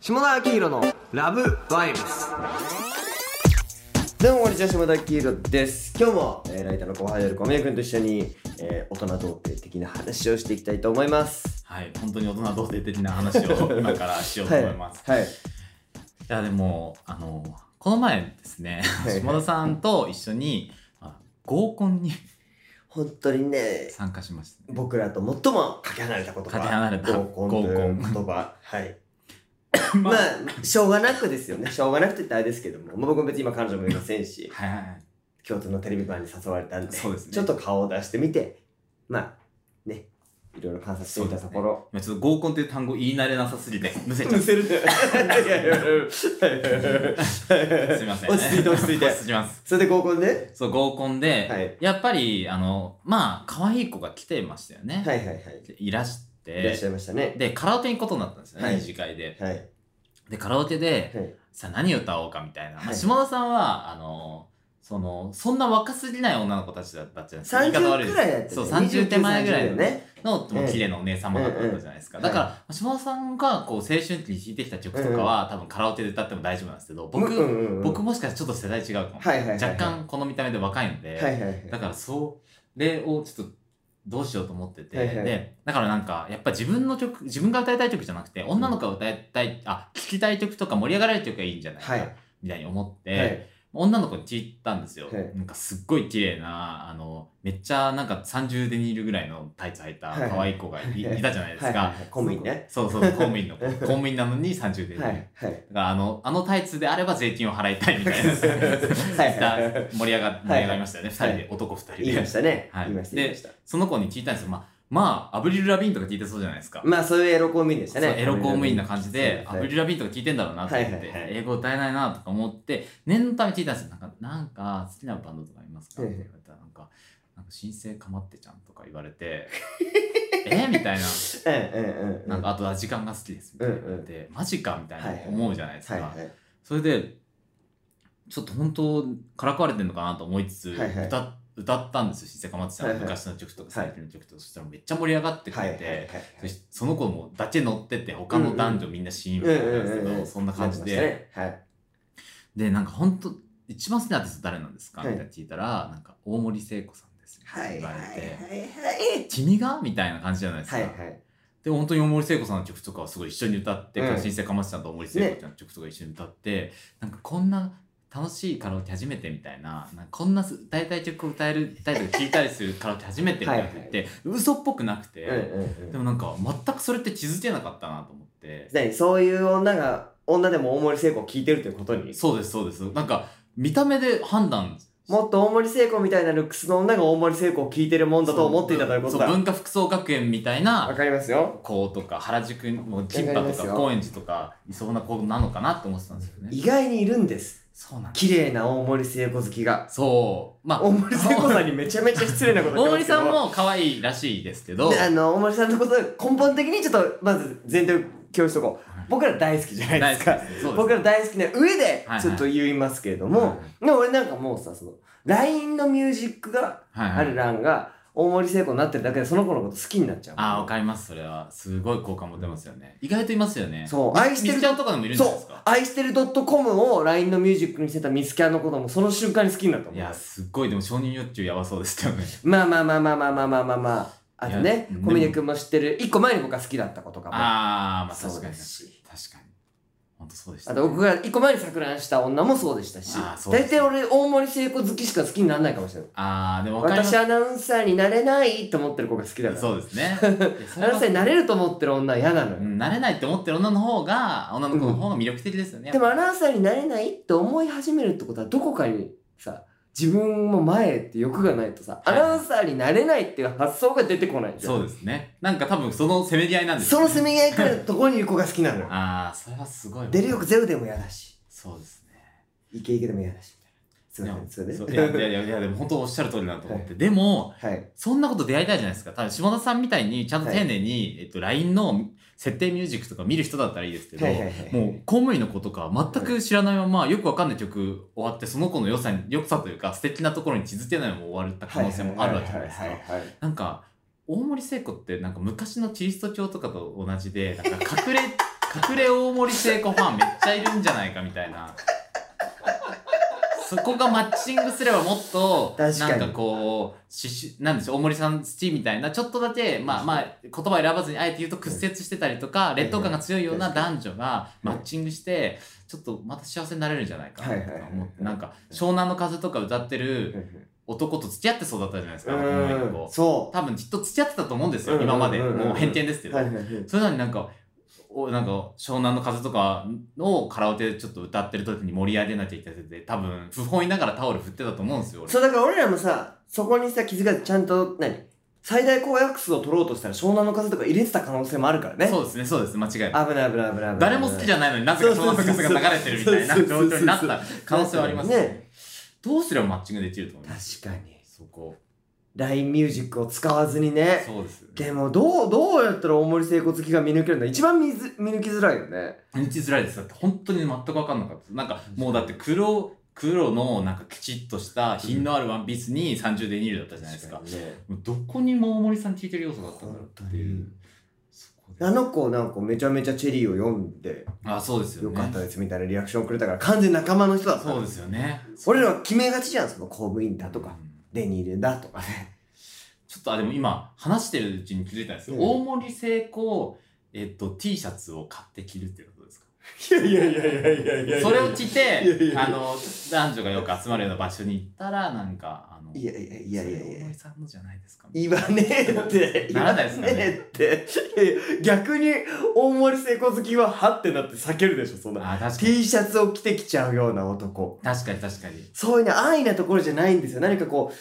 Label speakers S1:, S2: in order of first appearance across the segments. S1: 下田明宏のラブバイブスどうもこんにちは下田明宏です今日も、えーライターの後輩である小宮君と一緒に、えー大人童貞的な話をしていきたいと思います
S2: はい、本当に大人童貞的な話 を今からしようと思います。
S1: はい
S2: い、や、でも、あの、この前ですね、
S1: はい
S2: 下田さんと一緒にあ合コンに
S1: 本当にね
S2: 参加しました、ね。
S1: 僕らと最もかけ離れた言葉
S2: かけ離れた
S1: 合コンという
S2: 合コン
S1: 言葉はい ま
S2: ま
S1: あ
S2: あ、
S1: しょうがなくですよねしょうがなくって言ったらあれですけども、まあ、僕も別に今彼女もいませんし
S2: はいはいはい。
S1: 京都のテレビ番に誘われたんで
S2: そうですね
S1: ちょっと顔を出してみてまあねいろいろ観察してみたところ、
S2: 今ちょっと合コンという単語言い慣れなさす ぎて、むせちゃ
S1: む
S2: っ
S1: せるねいやいやいや
S2: た。
S1: い
S2: す
S1: や
S2: みません。
S1: 落ち着いて落ち着いて
S2: 落ち着きます。
S1: それで合コンね
S2: そう、合コンで、
S1: はい
S2: やっぱり、あの、まあ、可愛い子が来てましたよね。
S1: はいはいはい
S2: でいらし
S1: いらっしゃ
S2: て、
S1: いましたね
S2: で、カラオケに行くことになったんですよね、
S1: はい
S2: 二次会で。
S1: はい
S2: で、カラオケで、
S1: はい
S2: さあ何歌おうかみたいな、ま
S1: は
S2: あ、
S1: い
S2: 下田さんはあのそのそんな若すぎない女の子たちだったじゃないですか言い方悪
S1: 30
S2: い
S1: く
S2: です
S1: らいだった
S2: そう30手前ぐらい
S1: の
S2: の
S1: ね
S2: のもう綺麗なお姉様方だったじゃないですか、
S1: うんうん
S2: だから、まあ下田さんがこう青春期に聴いてきた曲とかは、多分カラオケで歌っても大丈夫なんですけど僕、
S1: うんうんうん
S2: 僕もしかしたらちょっと世代違うかも、
S1: はいはいはいはい
S2: 若干この見た目で若いので、
S1: はいはいはい
S2: だからそれをちょっとどうしようと思ってて、
S1: はいはい
S2: でだからなんかやっぱ自分の曲自分が歌いたい曲じゃなくて女の子が歌いたい、あ聴きたい曲とか盛り上がれる曲がいいんじゃないか、
S1: はい
S2: みたいに思って、
S1: はい
S2: 女の子に聞いたんですよ、
S1: はい
S2: なんかすっごい綺麗なあのめっちゃなんか30デニールぐらいのタイツ履いた
S1: はい
S2: 可愛い子がい,、
S1: はい
S2: たじゃないですか、
S1: はいはいはい公務員ね
S2: そうそう公務員の子公務員なのに30デニール、
S1: はいはい
S2: だからあのあのタイツであれば税金を払いたいみたいな
S1: はいはい
S2: 盛り上が盛り上がりましたよね、二人で男2人で
S1: 言いましたね、
S2: はい
S1: 言いました
S2: で
S1: 言いました
S2: その子に聞いたんですよまあまあアブリル・ラビーンとか聞いてそうじゃないですか、
S1: まあそういうエロ公務員でした
S2: そう
S1: ね
S2: エロ公務員な感じで、
S1: そう
S2: アブ
S1: で
S2: リ
S1: すね
S2: ル・ラビーンとか聞いてんだろうなと思って、
S1: はいはいはい
S2: 英語歌えないなとか思って念のため聞いたんですよなんかなんか好きなバンドとかありますかっ
S1: はい
S2: て
S1: はい
S2: 言われたらなんか「なんか新生かまってちゃん」とか言われて 「えみた
S1: うん
S2: いな。
S1: うんうんうん
S2: なんかあとは時間が好きですみたいな言われて、マジかみたい
S1: はいはい
S2: な思うじゃないですか、
S1: はいはい
S2: それでちょっと本当からかわれてるのかなと思いつつ、
S1: はいはい
S2: 歌っ歌ったんですよ静か松さんの
S1: はいはい
S2: 昔の曲とか
S1: はい
S2: 最近の曲とか、そしたらめっちゃ盛り上がってく
S1: はい
S2: れ
S1: はい
S2: て、
S1: はい
S2: そしその子もだけ乗ってて他の男女みんな死因み
S1: う
S2: た
S1: ん
S2: いなんです
S1: う
S2: け
S1: んうんう
S2: ど
S1: ん
S2: そんな感じで、
S1: なってましたね
S2: でなんか本当一番好きなアーティスト誰なんですか?」み
S1: は
S2: た
S1: い
S2: いな聞いたら「なんか大森聖子さんです」みた
S1: はいい
S2: な言
S1: は
S2: わ
S1: い
S2: れ
S1: はい
S2: て「
S1: はい
S2: 君が?」みたいな感じじゃないですか。
S1: はいはい
S2: で本当に大森聖子さんの曲とかはすごい一緒に歌って、
S1: うん
S2: 新生かましさんと大森聖子ちゃんの曲とか一緒に歌って、なんかこんな楽しいカラオケ初めてみたいななんかこんなす歌いたい曲を歌える歌いたいとか聴いたりするカラオケ初めてみたいなこと言って、嘘っぽくなくて、
S1: うんうんうん
S2: でもなんか全くそれって気づけなかったなと思って
S1: 何そういう女が女でも大森聖子を聞いてるということに
S2: そうですそうですなんか見た目で判断
S1: もっと大森聖子みたいなルックスの女が大森聖子を聞いてるもんだと思っていたということだ
S2: そう文化服装学園みたい
S1: わ
S2: な
S1: かりますよ
S2: 子とか原宿もキッパ
S1: わかります
S2: とか
S1: よ
S2: 高円寺とかいそうな子なのかなって思ってたんですよね
S1: 意外にいるんです
S2: そうなんです
S1: 綺麗な大森聖子好きが
S2: そうまあ
S1: 大森聖子さんにめちゃめちゃ失礼なこと言っ
S2: 大
S1: てま
S2: 森
S1: すけど
S2: さんも可愛いらしいですけど
S1: であの大森さんのこと根本的にちょっとまず前提を共有しとこう
S2: はい
S1: 僕ら大好きじゃないですか
S2: 大好きですそうです
S1: 僕ら大好きな上で
S2: はい
S1: ちょっと言いますけれども、
S2: はいは
S1: でも俺なんかもうさその LINE のミュージックが
S2: はいはい
S1: ある欄が大森聖子になってるだけでその子のこと好きになっちゃう
S2: ああわかりますそれはすごい好感持てますよね意外といますよね
S1: そう
S2: み
S1: 愛してる
S2: みずちゃんとかでもいるんじゃないです
S1: そう
S2: か
S1: 愛してる .com を LINE のミュージックにしてたミスキャンのこともその瞬間に好きになったもん
S2: いやすっごいでも承認欲求やばそうですけどね
S1: まあまあまあまあまあまあまあまあまああとね
S2: いや
S1: 小峰君も知ってる一個前に僕が好きだった子とかもあ
S2: ああまあ確
S1: そうで
S2: かに確か
S1: すし
S2: に本当そうでした、
S1: と僕が一個前に錯乱した女もそうでしたし
S2: あーそうで
S1: 大
S2: す
S1: 体俺大森聖子好きしか好きにならないかもしれない
S2: ああでもわかります
S1: 私アナウンサーになれないと思ってる子が好きだから
S2: そ うですねいやそ
S1: アナウン
S2: れは
S1: サーになれると思ってる女は嫌なの
S2: う
S1: よ
S2: んなれないって思ってる女の方が女の子の方が魅力的ですよね、
S1: でもアナウンサーになれないって思い始めるってことはどこかにさ自分も前へって欲がないとさ、
S2: はい
S1: アナウンサーになれないっていう発想が出てこないじゃん
S2: そうですねなんか多分そのせめぎ合いなんです
S1: そ
S2: よ
S1: の
S2: ね、
S1: 攻め合いからのところにいる子が好きなのよ
S2: ああそれはすごいわ
S1: 出る力ゼロでも嫌だし
S2: そうですね
S1: イケイケでも嫌だしすいませんそれ
S2: そう
S1: で
S2: いやいやいやいやでも本当おっしゃる通りだなと思って、
S1: は
S2: でも
S1: はい
S2: そんなこと出会いたいじゃないですか多分下田さんみたいにちゃんと丁寧に、えっと、LINE の設定ミュージックとか見る人だったらいいですけど、
S1: はいはいはい
S2: もう公務員の子とか全く知らないまま、よくわかんない曲終わってその子の良さに良さというか素敵なところに気づけないまま終わった可能性もあるわけじゃないですか
S1: は。はいはい
S2: な んか大森聖子ってなんか昔のキリスト教とかと同じでなんか隠れ隠れ大森聖子ファンめっちゃいるんじゃないかみたいなそこがマッチングすればもっと
S1: 確か
S2: なん
S1: に
S2: かこうしなんでしょう大森さんスチみたいなちょっとだけまあまあ言葉を選ばずにあえて言うと屈折してたりとか劣等感が強いような男女がマッチングしてちょっとまた幸せになれるんじゃないかなとか
S1: はいはい
S2: 思
S1: は
S2: っ
S1: い
S2: てなんか湘南の風とか歌ってる男と付き合って育ったじゃないですか僕の親
S1: う
S2: 子
S1: んそ
S2: 多分きっと付き合ってたと思うんです
S1: う
S2: よ
S1: ん
S2: 今まで
S1: うん
S2: もう偏見ですけ
S1: う
S2: ど
S1: はいはいはい
S2: それなのになんか、おなんか湘南の風とかのカラオケでちょっと歌ってる時に盛り上げなきゃいけなくて、多分不本意ながらタオル振ってたと思うんですよ、俺。
S1: そうだから俺らもさそこにさ気づかずちゃんと何最大公約数を取ろうとしたら湘南の風とか入れてた可能性もあるからね
S2: そうですね、そうです、間違いない。
S1: 危ない危ない危ない危ない
S2: 誰も好きじゃないのになぜか湘南の風が流れてるみたいな
S1: そ
S2: 状
S1: うそうそう
S2: 況になった可能性はあります
S1: ね
S2: ね。どうすればマッチングできると思います
S1: 確かに
S2: そこ。
S1: LINE ミュージックを使わずにね
S2: そうです。
S1: でもどうどうやったら大森聖子好きが見抜けるんだ一番見ず見抜きづらいよね
S2: 打ちづらいです。だって本当に全く分かんなかった。なんかもうだって黒、黒のなんかきちっとした品のあるワンピースに30デニールだったじゃないですか。
S1: にね
S2: どこにも大森さん聞いてる要素だったんだろうってい
S1: 本
S2: う。そこで
S1: あの子なんかめちゃめちゃチェリーを読んで
S2: あ、そうですよ
S1: よ
S2: ね。
S1: かったですみたいなリアクションをくれたから完全に仲間の人だった
S2: そうですよね。
S1: 俺らは決めがちじゃんその公務員だとか
S2: うん
S1: デニールだとかね
S2: ちょっと、あ、でも今、話してるうちに気づいたんですよ。
S1: うん
S2: 大森成功、えっと、T シャツを買って着る っていうことですか。
S1: いやいやいやいやいやい
S2: それを着
S1: いやいや
S2: て
S1: い、や
S2: あの、男女がよく集まるような場所に行ったら、なんか、あの、
S1: いやいやいやいやい
S2: それ大
S1: や
S2: 森さんのじゃないですか。
S1: 言わねえって言
S2: なら
S1: わ
S2: ない
S1: ね
S2: ですかね
S1: えっていやいや逆に大森聖子好きははってなって避けるでしょそんな
S2: あ、確かに。
S1: T シャツを着てきちゃうような男
S2: 確かに確かに。
S1: そういうね安易なところじゃないんですよ何かこう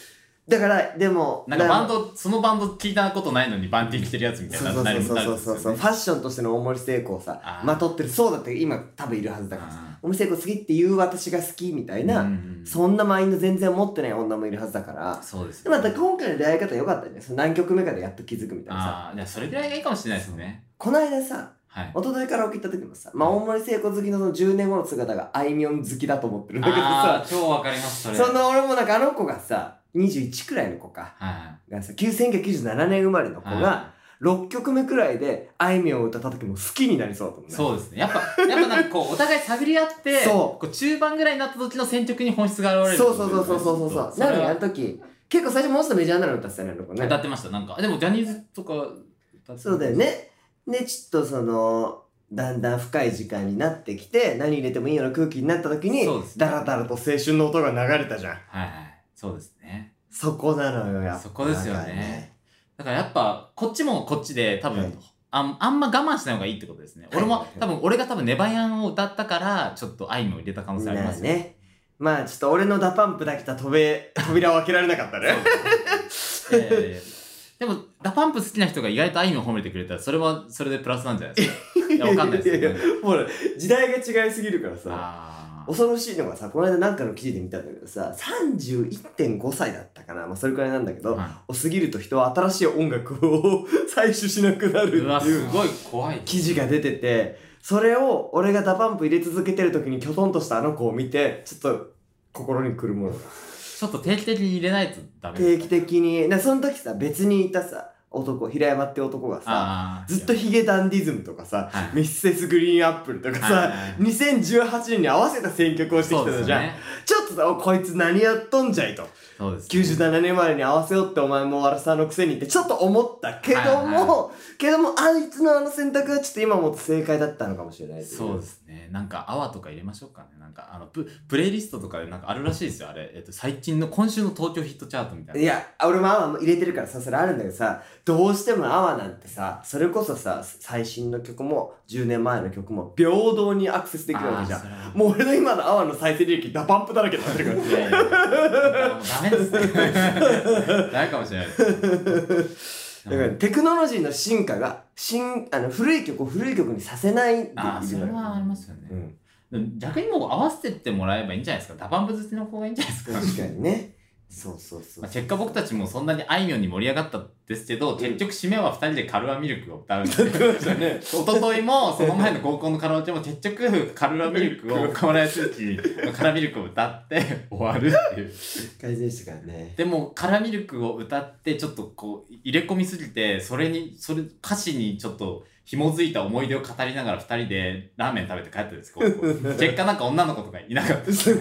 S1: だからでも
S2: なんかバン
S1: ド
S2: ド、そのバンド聞いたことないのにバンティー着てるやつみたい
S1: そう
S2: な
S1: そう
S2: なりもなる
S1: そう
S2: んです
S1: そ
S2: よ
S1: うそう
S2: ね
S1: ファッションとしての大森聖子を
S2: あ
S1: さ
S2: ー
S1: まとってるそうだって今多分いるはずだから
S2: あ
S1: 大森聖子好きっていう私が好きみたい
S2: ーう
S1: なんそんなマインド全然持ってない女もいるはずだから
S2: そうです
S1: で
S2: よね
S1: また今回の出会い方良かったよねその何曲目かでやっと気づくみたいなさ
S2: ああ、じゃあそれぐらいがいいかもしれないですね。
S1: この間さ
S2: はい。
S1: 一昨日から起きた時もさ、まあ、大森聖子好きのその10年後の姿があいみょん好きだと思ってるんだけど
S2: あ
S1: さ
S2: あ、超わかります、それ。
S1: その俺もなんかあの子がさ21くらいの子か
S2: は
S1: がさ1997年生まれの子
S2: い。
S1: が
S2: は
S1: 6曲目くらいであいみょんを歌った時も好きになりそうだと思う
S2: い
S1: ね
S2: そうですね。やっぱ、やっぱなんかこう、お互い探り合って、
S1: そう
S2: こう中盤ぐらいになった時の選曲に本質が現れる。
S1: そうそうそうそうそうそうそうなのにあ
S2: な
S1: の時結構最初もうちょっとメジャーなの歌ってたねあの子ね
S2: 歌ってました、なんか。でも、ジャニーズとか歌って
S1: そうだよ。ね。で、ちょっとその、だんだん深い時間になってきて、何入れてもいいような空気になった時に
S2: そうです、ね
S1: だらだらと青春の音が流れたじゃん。
S2: はいはい。そうですね。
S1: そこなのよ、やっぱ。
S2: そこですよ
S1: だから
S2: ね。。だからやっぱ、こっちもこっちで多
S1: はい
S2: 分、あんあんま我慢しない方がいいってことですね。
S1: はい
S2: 俺も、多分、俺が多分、ネバヤンを歌ったから、ちょっと愛も入れた可能性あり
S1: ま
S2: ま
S1: あ
S2: すよ。
S1: ね。まあちょっと俺のダパンプだけた 扉扉を開けられなかったね。
S2: いやいやいやでも、ダパンプ好きな人が意外とあいみょん褒めてくれたら、それはそれでプラスなんじゃないですか。いや、わかんないですけど、
S1: いや
S2: ね
S1: い。や もう時代が違いすぎるからさ。
S2: あー
S1: 恐ろしいのがさ、この間なんかの記事で見たんだけどさ、31.5歳だったかな。まあそれくらいなんだけど、
S2: は
S1: を過ぎると人は新しい音楽を採取しなくないる
S2: うわ、
S1: ってい
S2: す
S1: う
S2: ごい怖い。
S1: 記事が出ててそれを俺がダパンプ入れ続けてる時にきょとんとしたあの子を見てちょっと心にくるものが
S2: ちょっと定期的に入れないとダメ。
S1: 定期。的にでその時さ別にいたさ男平山って男がさ
S2: ああ。
S1: ずっとヒゲダンディズムとかさ
S2: はい
S1: ミセスグリーンアップルとかさ、
S2: はいはいはい
S1: 2018年に合わせた選曲をしてき
S2: そう
S1: て
S2: で
S1: た
S2: す
S1: じゃん、
S2: ね。
S1: ちょっとさおこいつ何やっとんじゃいと
S2: そうです、ね。
S1: 97年前に合わせようってお前も悪さのくせにってちょっと思ったけども、
S2: はいはいは
S1: けどもあいつのあの選択はちょっと今も正解だったのかもしれない
S2: そうですすね。なんか、アワとか入れましょうかね。なんか、あの、ププレイリストとかでなんかあるらしいですよ。あれ、えっと、最近の、今週の東京ヒットチャートみたいな。
S1: いや俺もアワ入れてるからさそれあるんだけどさどうしてもアワなんてさそれこそさ最新の曲も10年前の曲も平等にアクセスできるわけじゃん
S2: ん
S1: もう俺の今のアワの再生履歴ダパンプだらけになって るから
S2: いやいやいやもうダメです ね。ダメかもしれないです。
S1: だからテクノロジーの進化が新あの古い曲を古い曲にさせないって
S2: ああ、
S1: い
S2: そうれ
S1: の
S2: はありますよね。
S1: うん、
S2: 逆にもう合わせてってもらえばいいんじゃないですかダバンブ好きの方がいいんじゃないですか
S1: 確かにねそうそうそう
S2: まあ、結果僕た
S1: ち
S2: ちもそんなにあいみょんに盛り上がったですけど、結局締めは2人でカルアミルクを歌うんで
S1: ね
S2: 一昨日もその前の高校のカラオケも結局カルアミルクを河村康之のカラミルクを歌って 終わるっていう
S1: 改善してからね
S2: でもカラミルクを歌ってちょっとこう入れ込みすぎてそれにそれ歌詞にちょっと紐づいた思い出を語りながら二人でラーメン食べて帰ったんです高校結果なんか女の子とかいなかったです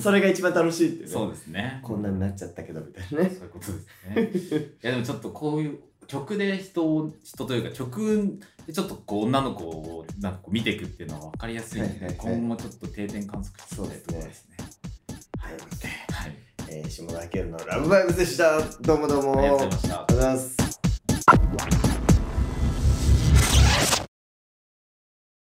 S1: それが一番楽しいってね
S2: そうですね
S1: こんなになっちゃったけどみたいな
S2: そう
S1: ね
S2: いうことですねいやでもちょっとこういう曲で人を人というか曲でちょっとこう女の子をなんかこう見ていくっていうのは分かりやすいんで、
S1: はいはいはい
S2: 今後もちょっと定点観測していきたいところですね
S1: はい、
S2: はい
S1: えー、下田明のラブバイブスでしたどうもどうも
S2: ありがとうございました
S1: ありがとうございます